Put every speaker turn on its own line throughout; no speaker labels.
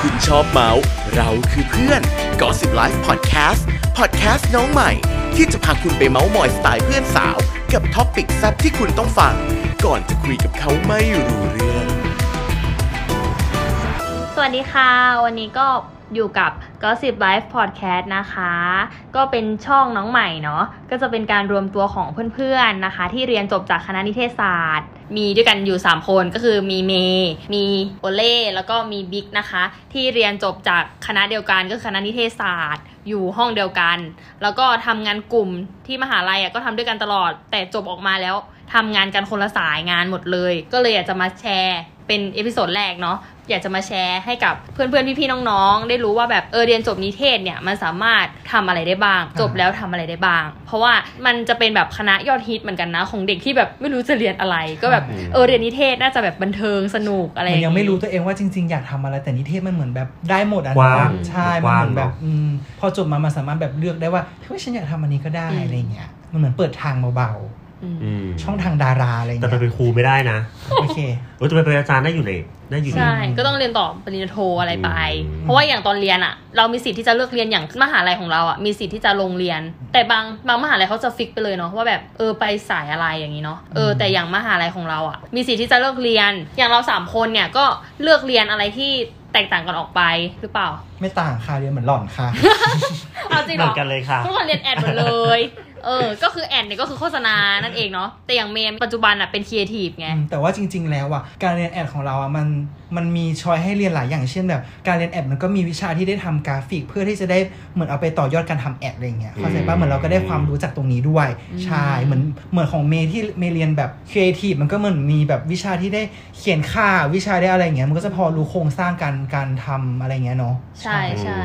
คุณชอบเมาส์เราคือเพื่อนกอสิบไลฟ์พอดแคสต์พอดแคสต์น้องใหม่ ที่จะพาคุณไปเมาส์มอยสไตล์เพื่อนสาว กับท็อปิกแซ่บที่คุณต้องฟัง ก่อนจะคุยกับเขาไม่รู้เรื่อง
สวัสดีค่ะ วันนี้ก็อยู่กับ Gossip Life Podcast นะคะ ก็เป็นช่องน้องใหม่เนาะก็จะเป็นการรวมตัวของเพื่อนๆนะคะ ที่เรียนจบจากคณะนิเทศศาสตร์ มีด้วยกันอยู่ 3 คนก็คือมีเมย์มีโอเล่แล้วก็มีบิ๊กนะคะ ที่เรียนจบจากคณะเดียวกันก็คือคณะนิเทศศาสตร์ อยู่ห้องเดียวกัน แล้วก็ทำงานกลุ่มที่มหาลัยอะก็ทำด้วยกันตลอด แต่จบออกมาแล้วทำงานกันคนละสายงานหมดเลย ก็เลยอยากจะมาแชร์ เป็นเอพิโซดแรกเนาะอยากจะมาแชร์ให้กับเพื่อนๆ พี่ๆ น้องๆ ได้รู้ว่าแบบเออเรียนจบนิเทศเนี่ยมันสามารถทำอะไรได้บ้าง จบแล้วทำอะไรได้บ้าง เพราะว่ามันจะเป็นแบบคณะยอดฮิตเหมือนกันนะ ของเด็กที่แบบไม่รู้จะเรียนอะไร ก็แบบเออเรียนนิเทศน่าจะแบบบันเทิงสนุกอะไร
มันยัง
อา
ไม่รู้ตัวเองว่าจริง ๆ อยากทำอะไรแต่นิเทศมันเหมือนแบบได้หมดอ่ะ
กว้าง
ใช่
ก
มัน
ว้าง
เหมือนแบบ
เนอะ
อืมพอจบมามันสามารถแบบเลือกได้ว่าเฮ้ยฉันอยากทำอันนี้ก็ได้
อืม
อะไรเงี้ยมันเหมือนเปิดทางเบา
อืม
ๆช่องทางดาราอะไร
แต่
เงี้
ไปเป็น
ย
ครูไม่ได้นะ
โอเค
โอ้ยแต่ไปเป็นอาจารย์ได้อยู่ในได้อยู่ใน
ใช่ ก็ต้องเรียนต่อปริญญาโทอะไรไป
อืม
เพราะว่าอย่างตอนเรียนอะเรามีสิทธิ์ที่จะเลือกเรียนอย่างมหาลัยของเราอะมีสิทธิ์ที่จะลงเรียน แต่บางบางมหาลัยเขาจะฟิกไปเลยเนาะว่าแบบเออไปสายอะไรอย่างนี้เนาะเออ
อืม
แต่อย่างมหาลัยของเราอะมีสิทธิ์ที่จะเลือกเรียน อย่างเราสามคนเนี่ยก็เลือกเรียนอะไรที่แตกต่างกันออกไปหรือเปล่า
ไม่ต่างค่ะเรียนเหมือนหล่อนค่ะ
เอาจริง
เห
เหร
มือ
อ
นกันเลยค่ะ
ทุกคนเรียนแอดหมดเลย เออ ก็คือแอดเนี่ยก็คือโฆษณานั่นเองเนาะแต่อย่างเมมปัจจุบันอะเป็นครีเอทีฟไง
อืมแต่ว่าจริง ๆ แล้วอ่ะการเรียนแอดของเราอ่ะมันมันมีชอยให้เรียนหลายอย่างเช่นแบบ การเรียนแอดมันก็มีวิชาที่ได้ทำกราฟิก เพื่อที่จะได้เหมือนเอาไปต่อยอดการทำแอดอะไรเงี้ยเข้าใจปะ
อืม
เหมือนเราก็ได้ความรู้จากตรงนี้ด้วย
อืม
ใช่เหมือนเหมือนของเมย์ที่เมย์เรียนแบบครีเอทีฟมันก็เหมือนมีแบบวิชาที่ได้เขียนค่าวิชาได้อะไรเงี้ยมันก็จะพอรู้โครงสร้างการการทำอะไรเงี้ยเนาะ
ใช่ใช่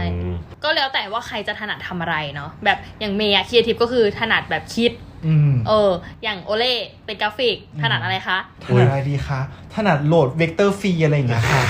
ก็แล้วแต่ว่าใครจะถนัดทำอะไรเนาะแบบอย่างเมย์อะครีเอทีฟก็คือถนัดแบบคิด
อืม
เออ อย่างโอเล่เป็นกราฟิก
อืม
ถนัดอะไรคะ
ถนัดอะไรดีคะถนัดโหลดเวกเตอร์ฟรีอะไรอย่างเงี้ยค่ะ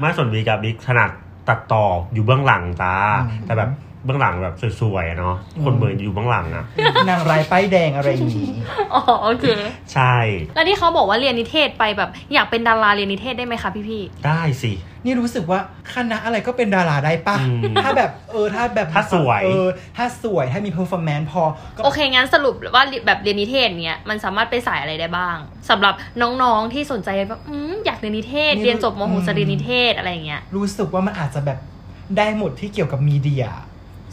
มาส่วนบีกับบิ๊กถนัดตัดต่ออยู่เบื้องหลังจ้า
อืม
แต่แบบเบื้องหลังแบบสวยๆอะเนาะคนเมืองอยู่เบื้องหลังอะ
นางร้ายป้ายแดงอะไรอย่างงี้
อ๋อ โอเค
ใช่
แล้วที่เขาบอกว่าเรียนนิเทศไปแบบ อยากเป็นดาราเรียนนิเทศได้ไหมคะพี่พี่
ได้สิ
นี่รู้สึกว่าคณะอะไรก็เป็นดาราได้ปะ
อืม
ถ้าแบบเออถ้าแบบ
ถ้าสวย
เออถ้าสวยถ้ามีเพอร์ฟอร์แมนซ์พอก็
ๆโอเค งั้นสรุปว่าแบบเรียนนิเทศเนี่ยมันสามารถไปสายอะไรได้บ้างสำหรับน้องๆที่สนใจแบบอืมอยากเรียนนิเทศ เรียนจบมโหสถเรียนนิเทศอะไรอย่างเงี้ย
รู้สึกว่ามันอาจจะแบบได้หมดที่เกี่ยวกับมีเดีย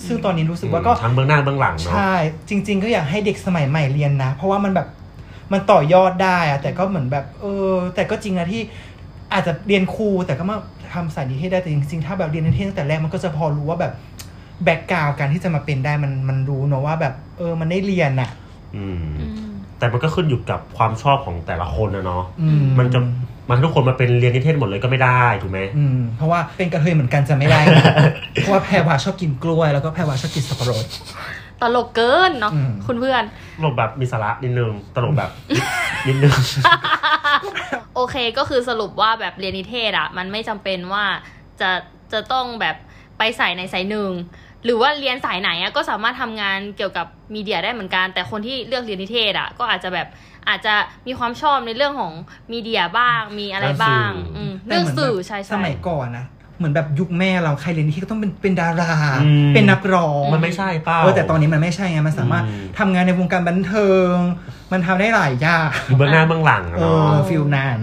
ซึ่งตอนนี้รู้สึกว่าก็
ทั้งเบื้องหน้าเบื้องหลังเนาะ
ใช่จริง ๆ ก็อยากให้เด็กสมัยใหม่เรียนนะ เพราะว่ามันแบบมันต่อยอดได้อะแต่ก็เหมือนแบบเออ แต่ก็จริงนะที่อาจจะเรียนครูแต่ก็มาทำสายนิเทศได้แต่จริงๆถ้าแบบเรียนนิเทศตั้งแต่แรกมันก็จะพอรู้ว่าแบบแบ็กกราวการที่จะมาเป็นได้มันมันรู้เนอะว่าแบบเออมันได้เรียนอะ
อืม
อืม
แต่มันก็ขึ้นอยู่กับความชอบของแต่ละคนนะเนาะ
อื
มันจะมันทุกคนมาเป็นเรียนนิเทศหมดเลยก็ไม่ได้ถูกไหม
อืม เพราะว่าเป็นกระเทยเหมือนกันจะไม่ได้ เพราะว่าแพรวาชอบกินกล้วย แล้วก็แพรวาชอบกินสับปะรด
ตลกเกินเนาะ
อืม
คุณเพื่อน
ตลกแบบมีสาระนิดนึงตลกแบบ นิดนึง
โอเคก็คือสรุปว่าแบบเรียนนิเทศอะมันไม่จำเป็นว่าจะจะต้องแบบไปสายในสายหนึ่ง หรือว่าเรียนสายไหนอะก็สามารถทำงานเกี่ยวกับมีเดียได้เหมือนกัน แต่คนที่เลือกเรียนนิเทศอะก็อาจจะแบบอาจจะมีความชอบในเรื่องของมีเดียบ้างมีอะไรบ้าง
เรื่อง
มเรื่อง
สื่ออื
สื่อใช่
ส
ใช่
มัยก่อนนะเหมือนแบบยุคแม่เราใครเรียนที่ก็ต้องเป็นเป็นดารา
อืม
เป็นนักร้อง
มันไม่ใช่เปล่า
เออแต่ตอนนี้มันไม่ใช่ไงมันสามารถ
อืม
ทำงานในวงการบันเทิง มันทำได้หลายอย่าง
อยู่เบื้องหน้าเบื้องหลังอะ
เอ
เนา
อะ ฟิลนั้น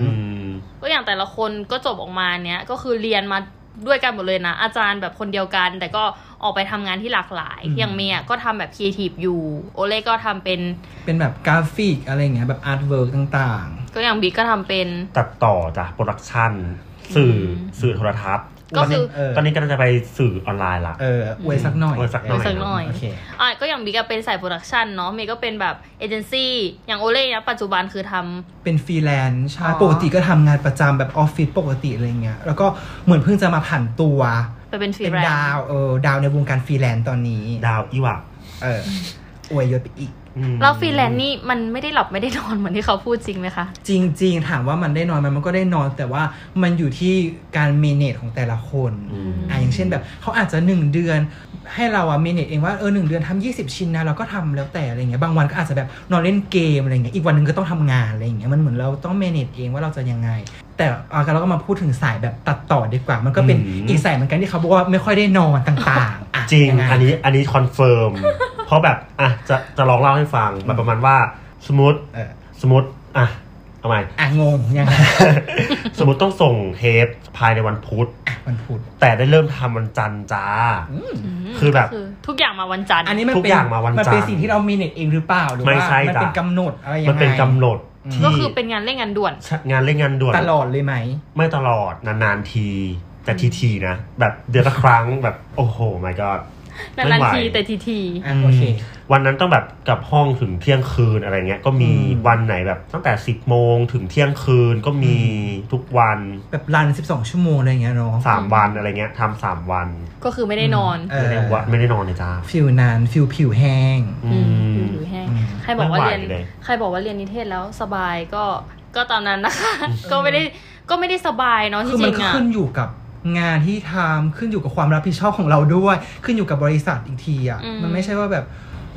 ม
ก็อย่างแต่ละคนก็จบออกมาเนี้ยก็คือเรียนมาด้วยกันหมดเลยนะ อาจารย์แบบคนเดียวกัน แต่ก็ออกไปทำงานที่หลากหลาย
อืม
อย่างเมย์อะก็ทำแบบครีเอทีฟอยู่โอเล่ก็ทำเป็น
เป็นแบบกราฟิกอะไรอย่างเงี้ยแบบอาร์ตเวิร์กต่าง
ก็อย่างบิ๊กก็ทำเป็น
ตัดต่อจ้ะโปรดักชันสื่อ
อืม
สื่อโทรทัศน์
ๆ
ก็คือ
เออ
ตอนนี้ก็จะไปสื่อออนไลน์ละ
เอออวยสักหน่อย
อวยสักหน่อย
สักหน่อย
โอเค
อ่ะก็อย่างบิ๊กอะเป็นสายโปรดักชันเนาะเมย์ก็เป็นแบบเอเจนซี่อย่างโอเล่นะปัจจุบันคือทำ
เป็นฟรีแลนซ์ใช่
อ๋อ
ปกติก็ทำงานประจำแบบออฟฟิศปกติอะไรเงี้ย แล้วก็เหมือนเพิ่งจะมาผันตัว
ไปเป็นฟรี
เป็น
แลน
ดาว
ซ์
เออดาวในวงการฟรีแลนซ์ตอนนี้
ดาวอีหวัก
เอออวยยศไปอีก
อืม
แล้วฟรีแลนซ์นี่มันไม่ได้หลับไม่ได้นอนเหมือนที่เขาพูดจริงไหมคะ
จริง ๆ ถามว่ามันได้นอนไหมมันก็ได้นอน แต่ว่ามันอยู่ที่การเมเนจของแต่ละคน
อืม
อ่ะอย่างเช่นแบบเขาอาจจะ 1 เดือน ให้เราอะเมเนจเองว่าเออหนึ่งเดือนทำ20 ชิ้นนะเราก็ทำแล้วแต่อะไรเงี้ยบางวันก็อาจจะแบบนอนเล่นเกมอะไรเงี้ยอีกวันหนึ่งก็ต้องทำงานอะไรเงี้ยมันเหมือนเราต้องเมเนจเองว่าเราจะยังไง แต่เอากันเราก็มาพูดถึงสายแบบตัดต่อดีกว่า มันก็เป็น
อืม
อีกสายเหมือนกันที่เขาบอกว่าไม่ค่อยได้นอนต่างๆอ่ะ
จริง
ยัไ
อันนี้อันนี้คอนเฟิร์ ม เพราะแบบ อ่ะ จะจะลองเล่าให้ฟังแบบประมาณว่า สมมติ
เออ
สมมติอ่ะเอาใหม่
อ่ะงงยังไง
สมมติต้องส่งเทปภายในวันพุธ
อ่ะมันพูด
แต่ได้เริ่มทำวันจันทร์จ้า
ม
คือแบบ
ทุกอย่างมาวันจันทร์
อันนี้มัน
ทุก
เป็น
อย่างมาวัน
มันเป็น
จันทร์
สิ่งที่เรามีเน็ตเองหรือเปล่าหรือ
ไม่
ว่า
ใช่
มัน
จ้ะ
เป็นกำหนดอะไรยังไง
มันเป็นกำหนด
อืม
ที่
ก็คือเป็นงานเร่งงานด่วน
งานเร่งงานด่วน
ตลอดเลยไหม
ไม่ตลอดนานๆที แต่ทีทีๆนะ แบบเดือนละครั้งแบบโอ้โห my god
นา
ไม่
น
ไหว
ๆทีแต่ทีที
อ่ะโอเค
วันนั้นต้องแบบกลับห้องถึงเที่ยงคืนอะไรเงี้ย ก็มี
อืม
วันไหนแบบตั้งแต่สิบโมงถึงเที่ยงคืนก็มีทุกวัน
แบบรัน 12 ชั่วโมงอะไรอย่างเงี้ยเนาะ
สามวันอะไรเงี้ยทำสามวัน
ก็คือไม่ได้นอน
เอ
ไม่
อ
ได้ว่าไม่ได้นอนเลยจ้า
ฟิลนานฟิลผิวแห้ง
อืม
ผิวแห้ง
อืม
ใครบอกว่า
ไม่ไหว
เรียน
เลย
ใครบอกว่าเรียนนิเทศแล้วสบายก็ก็ตามนั้นนะคะ ก็ไม่ได้ก็ไม่ได้สบายเนาะจ
คือมั
ริงๆ
น
อ่ะ
ขึ้นอยู่กับงานที่ทำขึ้นอยู่กับความรับผิดชอบของเราด้วย ขึ้นอยู่กับบริษัทอีกทีอ่ะ
อืม
มันไม่ใช่ว่าแบบ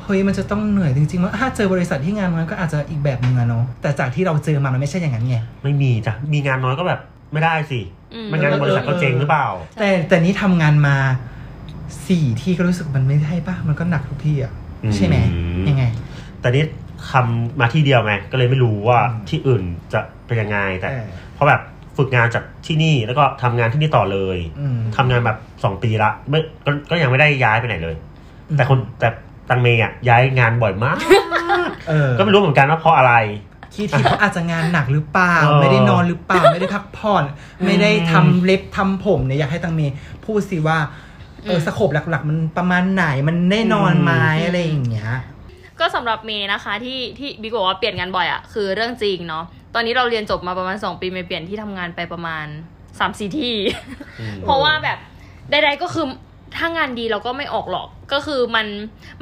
เฮ้ยมันจะต้องเหนื่อยจริงๆว่าถ้าเจอบริษัทที่งานมันก็อาจจะอีกแบบนึงอะเนาะแต่จากที่เราเจอมามันไม่ใช่อย่างนั้นไง
ไม่มีจ้ะมีงานน้อยก็แบบไม่ได้สิ
อืม
ไม่งั้นบริษัทก็เจ๊งหรือเปล่า
ใช่
แต่แต่นี้ทำงานมาสี่ที่ก็รู้สึกมันไม่ใช่ป่ะ มันก็หนักทุกที่อ่ะ
อืม
ใช่ไหมยังไง
แต่นี่ทำมาที่เดียวไงก็เลยไม่รู้ว่า
อืม
ที่อื่นจะเป็นยังไงแต่
เออ
เพราะแบบฝึกงานจากที่นี่แล้วก็ทำงานที่นี่ต่อเลย
อืม
ทำงานแบบสองปีละไม่ก็ก็ยังไม่ได้ย้ายไปไหนเลย
อืม
แต่คนแต่ตังเมย์อ่ะย้ายงานบ่อย มาก
เออ
ก็ไม่รู้เหมือนกันว่าเพราะอะไร
คิดที่เขาอาจจะงานหนักหรือเปล่า
เออ
ไม่ได้นอนหรือเปล่า ไม่ได้พักผ่อน ไม่ได้ทำเล็บทำผมเนี่ยอยากให้ตังเมย์พูดสิว่า เออ
ม
สโคปหลักๆ มันประมาณไหนมันได้นอนไหม
อืม
อะไรอย่างเงี้ย
ก็สำหรับเมย์นะคะที่ที่บิ๊กบอกว่าเปลี่ยนงานบ่อยอะคือเรื่องจริงเนาะตอนนี้เราเรียนจบมาประมาณ 2 ปีเมย์เปลี่ยนที่ทำงานไปประมาณ3ามสี่ที่ เพราะว่าแบบใดๆก็คือถ้างานดีเราก็ไม่ออกหรอกก็คือมัน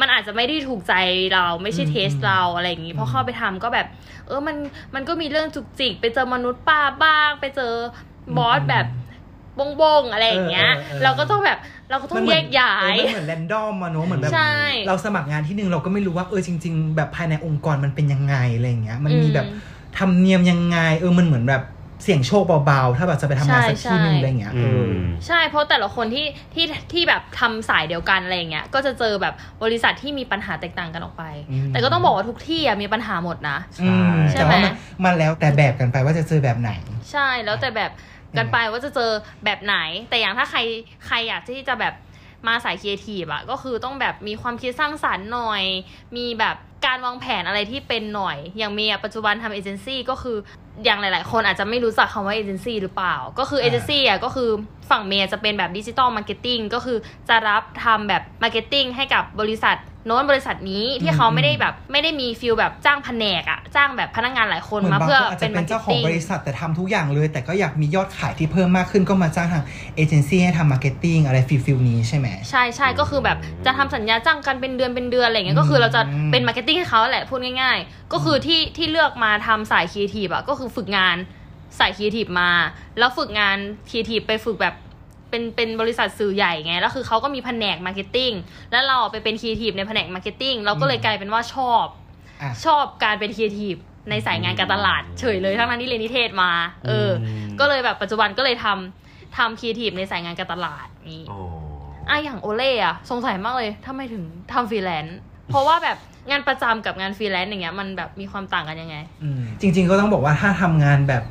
มันอาจจะไม่ได้ถูกใจเราไม่ใช่
อืม
เทสเราอะไรอย่างนี้เพราะเข้าไปทำก็แบบ เออมันมันก็มีเรื่องจุกจิก ไปเจอมนุษย์ป้าบ้าง ไปเจอบอส
อืม
แบบบงบงๆอะไรอย่างเงี้ย
เออเออเออ
เราก็ต้องแบบเราก็ต้อง
เห
แย
มืน
กย้าย
เออมันเหมือนแรนดอมมาเนอะเหมือนแบบ
ใช่
เราสมัครงานที่หนึ่งเราก็ไม่รู้ว่าเออจริง ๆ แบบภายในองค์กรมันเป็นยังไงอะไรอย่างเงี้ย มันมีแบบ
อืม
ธรรมเนียมยังไง เออมันเหมือนแบบเสี่ยงโชคเบาๆ ถ้าแบบจะไปทำงานสัก
ใช่
ที่หนึ่ง
ใช่
อะไรอย่างเงี้ย
อื
เอ
ม
อ
ใช่เพราะแต่ละคนที่ที่ที่แบบทำสายเดียวกันอะไรอย่างเงี้ยก็จะเจอแบบบริษัทที่มีปัญหาแตกต่างกันออกไป
อืม
แต่ก็ต้องบอกว่าทุกที่อะมีปัญหาหมดนะ
อืม
ใช่
แต่ว่ามันมันแล้วแต่แบบกันไปว่าจะเจอแบบไหน
ใช่แล้วแต่แบบกันไปว่าจะเจอแบบไหน แต่อย่างถ้าใครใครอยากที่จะแบบมาสายครีเอทีฟอะก็คือต้องแบบมีความคิดสร้างสรรค์หน่อย มีแบบการวางแผนอะไรที่เป็นหน่อย อย่างเมียปัจจุบันทำเอเจนซี่ก็คืออย่างหลาย ๆ คนอาจจะไม่รู้จักคำว่าเอเจนซี่หรือเปล่า ก็คือเอ
อ่า
เจนซี่อะก็คือฝั่งเมียจะเป็นแบบดิจิตอลมาร์เก็ตติ้งก็คือจะรับทำแบบมาร์เก็ตติ้งให้กับบริษัทโน้นบริษัทนี้ที่เขาไม่ได้แบบไม่ได้มีฟิลแบบจ้างแผนกอะจ้างแบบพนักงานหลายคน
เหมือน
มา
บาง
เพื่
ค
อน
อาจ
เป็
จะ
น
เป็
มา
นเจ้าของบริษัทแต่ทำทุกอย่างเลย แต่ก็อยากมียอดขายที่เพิ่มมากขึ้นก็มาจ้างทางเอเจนซี่ให้ทำมาร์เก็ตติ้งอะไรฟิลฟิลนี้ใช่ไหม
ใช่ใช่ก็คือแบบจะทำสัญญาจ้างกันเป็นเดือนเป็นเดือนอะไรเงี้ยก็คือเราจะ
อืม
เป็นมาร์เก็ตติ้งให้เขาแหละพูดง่าย ๆ ก็คือที่ที่เลือกมาทำสายครีเอทีฟอ่ะก็คือฝึกงานสายครีเอทีฟมา แล้วฝึกงานครีเอทีฟไปฝึกแบบเป็นเป็นบริษัทสื่อใหญ่ไง แล้วคือเขาก็มีแผนกมาร์เก็ตติ้งแล้วเราอะไปเป็นครีเอทีฟในแผนกมาร์เก็ตติ้งเราก็เลยกลายเป็นว่าชอบ
อ่ะ
ชอบการเป็นครีเอทีฟในสายงานการตลาดเฉยเลยทั้งนั้นที่เรียนนิเทศมา เอออ
ม
ก็เลยแบบปัจจุบันก็เลยทำทำครีเอทีฟในสายงานการตลาดนี่
อ๋อ
อ่ะอย่างโอเล่อะสงสัยมากเลยทำไมถึงทำฟรีแลนซ์เพราะว่าแบบงานประจำกับงานฟรีแลนซ์อย่างเงี้ยมันแบบมีความต่างกันยังไง
จริงๆก็ต้องบอกว่าถ้าทำงานแบบ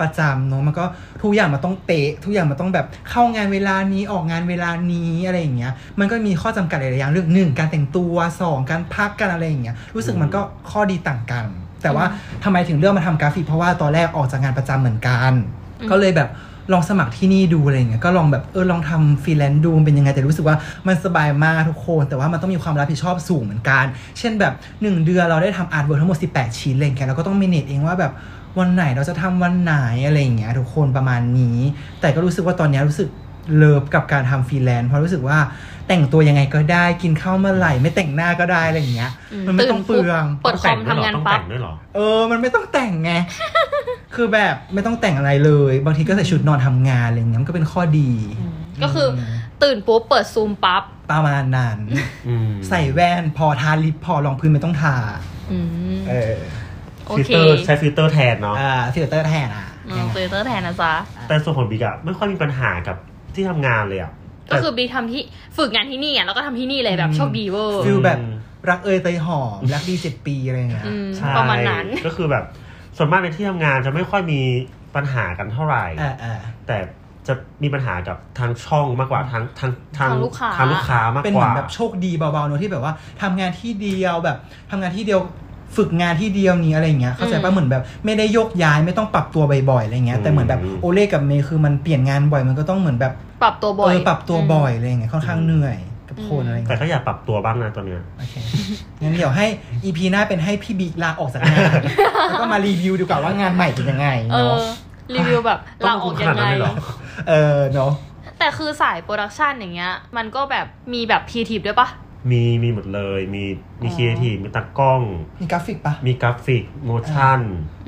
ประจำเนอะมันก็ทุกอย่างมันต้องเป๊ะทุกอย่างมันต้องแบบเข้างานเวลานี้ออกงานเวลานี้อะไรอย่างเงี้ย มันก็มีข้อจำกัดหลายๆอย่างเรื่องหนึ่งการแต่งตัวสองการพักการอะไรอย่างเงี้ยรู้สึกมันก็ข้อดีต่างกัน แต่ว่าทำไมถึงเลือกมาทำกราฟิกเพราะว่าตอนแรกออกจากงานประจำเหมือนกัน
อืม
ก็เลยแบบลองสมัครที่นี่ดูอะไรอย่างเงี้ยก็ลองแบบเออลองทำฟรีแลนซ์ดูมันเป็นยังไงแต่รู้สึกว่ามันสบายมากทุกคน แต่ว่ามันต้องมีความรับผิดชอบสูงเหมือนกัน เช่นแบบ 1 เดือนเราได้ทำอาร์ตเวิร์ทั้งหมด 18 ชิ้นอะไรอย่างเงี้ยเราก็ต้องมินิทเองว่าแบบวันไหนเราจะทำวันไหนอะไรอย่างเงี้ยทุกคนประมาณนี้ แต่ก็รู้สึกว่าตอนเนี้ยรู้สึกเลิฟกับการทำฟรีแลนซ์เพราะรู้สึกว่าแต่งตัวยังไงก็ได้กินข้าวเมื่อไหร่ไม่แต่งหน้าก็ได้อะไรอย่างเงี้ยมันไม่ต้องเปลือง
เปิดคอมทำงาน
ต้อง
ปั๊บ
แต่งด้วยเหรอ
เออ มันไม่ต้องแต่ง ไง คือแบบไม่ต้องแต่งอะไรเลย บางทีก็ใส่ชุดนอนทำงานอะไรอย่างเงี้ย มันก็เป็นข้อดี
ก็คือตื่นปุ๊บเปิดซูมปั๊บ
ประมาณนั้น
อืม
ใส่แว่นพอทาลิปพอรองพื้นไม่ต้องทา
อืม
เออ
โอ
ฟิล
เค
เตอร์ใช้ฟิลเตอร์แทนเนาะ
อ่าฟิลเตอร์แทนอ่ะ
อืมทวิตเตอร์แทนนะจ๊ะ
แต่ส่วนของบิ๊กอะไม่ค่อยมีปัญหากับที่ทำงานเลยอะ
ก็
แต่
คือบีทำที่ฝึกงานที่นี่อ่ะแล้วก็ทำที่นี่เลยแบบ
อืม
โชคดีเวอร์
ฟิลแบบ
อืม
รักเอยใจหอมรักดีเจ็ดปีอะไรอย่างเงี้ย
อืม
ใช่
ประมาณนั้น
ก็คือแบบส่วนมากในที่ทำงานจะไม่ค่อยมีปัญหากันเท่าไหร่
อ่าอ่า
แต่จะมีปัญหากับทางช่องมากกว่าทางทาง
ทางลูกค้า
ทางลูกค้ามาก
เป็น
ก
เหมือ
ว่า
นแบบโชคดีเบาๆเนอะที่แบบว่าทำงานที่เดียวแบบทำงานที่เดียวฝึกงานที่เดียวนี้อะไรอย่างเงี้ยเข้าใจ
อื
ป่ะ
ม
เหมือนแบบไม่ได้โยกย้ายไม่ต้องปรับตัวบ่อยๆอะไรเงี้ยแต่เหมือนแบบ
อืม
โอเล่กับเมย์คือมันเปลี่ยนงานบ่อยมันก็ต้องเหมือนแบบ
ปรับตัวบ่
เอ
อย
อปรับตัวบ่อยอะไรเงี้ยค่อนข้างเหนื่อยกับคนอะไร
แต่
เงี้ย
ก็อยากปรับตัวบ้างนะตอนเนี้ย
โอเคงั้นเดี๋ยวให้ EP หน้าเป็นให้พี่บิ๊กลาออกจากงาน แล้วก็มารีวิวดีกว่าว่างานใหม่เป็นยังไง
เออ
เนาะ
รีวิวแบบ
ต้
ลา
อง
ออก
ข
ยั
นาด
ง
นั้
ไง
นเลยเหรอ
เออเนาะ
แต่คือสายโปรดักชันอย่างเงี้ย มันก็แบบมีแบบพีทีด้วยปะ
มีมีหมดเลยมีมี
อ๋อ
ครีเอทีฟมีตากล้อง
มีกราฟิกปะ
มีกราฟิกโมชั่น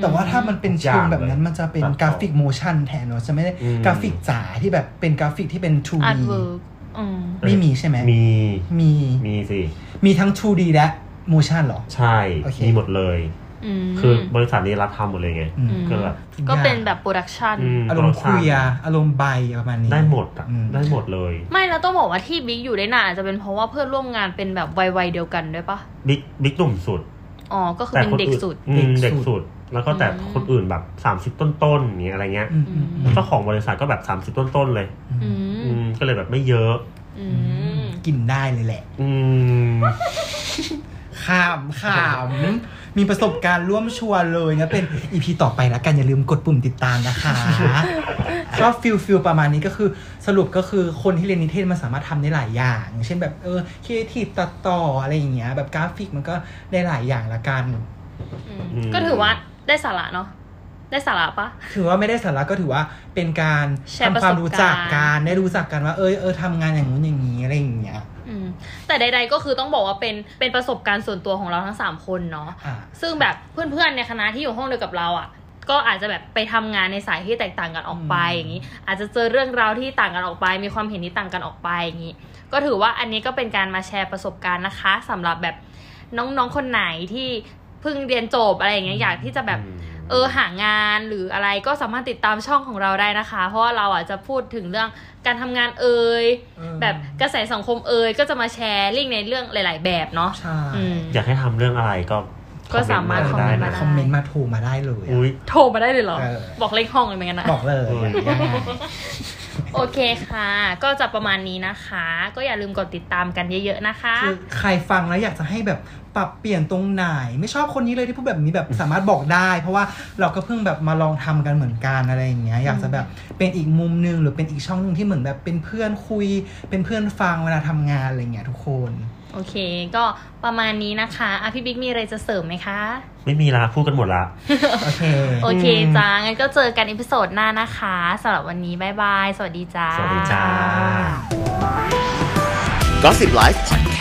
แต่ว่าถ้ามันเป็น
ทุกอ
เชิ
ย่าง ง
แบบนั้น
เลย
มันจะเป็น
ตัดต่อก
ราฟิกโมชั่นแทนเนอะจะไม่ได้
อืม
กราฟิกจ๋าที่แบบเป็นกราฟิกที่เป็น
อาร์ต
2D
เวิร์กอืม
ไม่มีใช่ไหม
มี
มี
มีสิ
มีทั้ง 2D และโมชั่นหรอ
ใช่
โอเค
มีหมดเลย
อืม
คือบริษัทนี้รับทำหมดเลยไง
อืม
อืม
ก็แบบ
ก็เป็นแบบโปรดักชัน
ม
อารมณ์
โป
คุ
ดั
ย
กชั่น
อะอารมณ์ใบประมาณนี้
ได้หมดอ่ะ
อืม
ได้หมดเลย
ไม่แล้วต้องบอกว่าที่บิ๊กอยู่ได้นานอาจจะเป็นเพราะว่าเพื่อนร่วมงานเป็นแบบวัยๆเดียวกันด้วยปะ
บิ๊กบิ๊กหนุ่มสุด
อ๋อ ก็คือ
แต่
เป็น
คน
เด็ก
อื่น
สุด
อืม
เด็
เด็
ก
ก
สุด
สุด แล้วก็แต่
อืม
คนอื่นแบบสามสิบต้นๆนี้อะไรเงี้ย
อืมอืมอืม
เจ้าของบริษัทก็แบบสามสิบต้นๆเลย
อืม
อืมก็เลยแบบไม่เยอะ
อื
อื
ม
มกินได้เลยแหละ
อืม
ข้ามข้าม มีประสบการณ์ร่วมชวนเลยนะเป็น EP ต่อไปแล้วกัน อย่าลืมกดปุ่มติดตามนะคะ ก็ฟิลฟิลประมาณนี้ก็คือสรุปก็คือคนที่เรียนนิเทศมันสามารถทำได้หลายอย่าง เช่นแบบเออครีเอทีฟตัดต่ออะไรอย่างเงี้ยแบบกราฟิกมันก็ได้หลายอย่างละกัน
อืม
อืม
ก็ถือว่าได้สาระเนาะได้สาระปะ
ถือว่าไม่ได้สาระก็ถือว่าเป็นการ
แชร์ประสบการณ์
ทำความรู้จักกันได้รู้จักกันว่าเออเออทำงานอย่างนู้นอย่างนี้อะไรอย่างเงี้ย
อืมแต่ใด ๆ ก็คือต้องบอกว่าเป็นเป็นประสบการณ์ส่วนตัวของเราทั้ง 3 คนเนาะ
อ่ะ
ซึ่งแบบเพื่อนๆในคณะที่อยู่ห้องเดียวกับเราอะ่ะ ก็อาจจะแบบไปทำงานในสายที่แตกต่างกันออกไป
อืม
อย่างนี้ อาจจะเจอเรื่องราวที่ต่างกันออกไป มีความเห็นที่ต่างกันออกไปอย่างนี้ ก็ถือว่าอันนี้ก็เป็นการมาแชร์ประสบการณ์นะคะสำหรับแบบน้องๆคนไหนที่เพิ่งเรียนจบอะไรอย่างเงี้ยอยากที่จะแบบ เออหางานหรืออะไรก็สามารถติดตามช่องของเราได้นะคะ เพราะว่าเราอ่ะจะพูดถึงเรื่องการทำงานเอ่ย
เออ
แบบกระแสสังคมเอ่ยก็จะมาแชร์ลิงก์ในเรื่องหลาย ๆ แบบเนาะ
ใช่
อืม
อยากให้ทำเรื่องอะไรก็
ก็สามารถ
คอมเมนต์มา
คอ
ได้นะ
มเมนต์มาโทรมาได้เลยอะ
อุ้ย
โทรมาได้เลยเหรอ
เออ
บอกเลขห้องเลยเหมือนกันนะ
บอกเลย
เออ
ง่าย
โอเคค่ะ ก็จะประมาณนี้นะคะ ก็อย่าลืมกดติดตามกันเยอะๆนะคะ
คือใครฟังแล้วอยากจะให้แบบปรับเปลี่ยนตรงไหน ไม่ชอบคนนี้เลยที่พูดแบบนี้แบบสามารถบอกได้ เพราะว่าเราก็เพิ่งแบบมาลองทำกันเหมือนกันอะไรอย่างเงี้ยอยากจะแบบเป็นอีกมุมหนึงหรือเป็นอีกช่องหนึงที่เหมือนแบบเป็นเพื่อนคุย เป็นเพื่อนฟังเวลาทำงานอะไรอย่างเงี้ยทุกคน
โอเค ก็ประมาณนี้นะคะอ่ะพี่บิ๊กมีอะไรจะเสริมไหมคะ
ไม่มีละพูดกันหมดละ
โอเค
โอเคจ้างั้นก็เจอกันอีพิโซดหน้านะคะสำหรับวันนี้บายบาย สวัสดีจ้า
สวัสดีจ้า
Gossip Life Podcast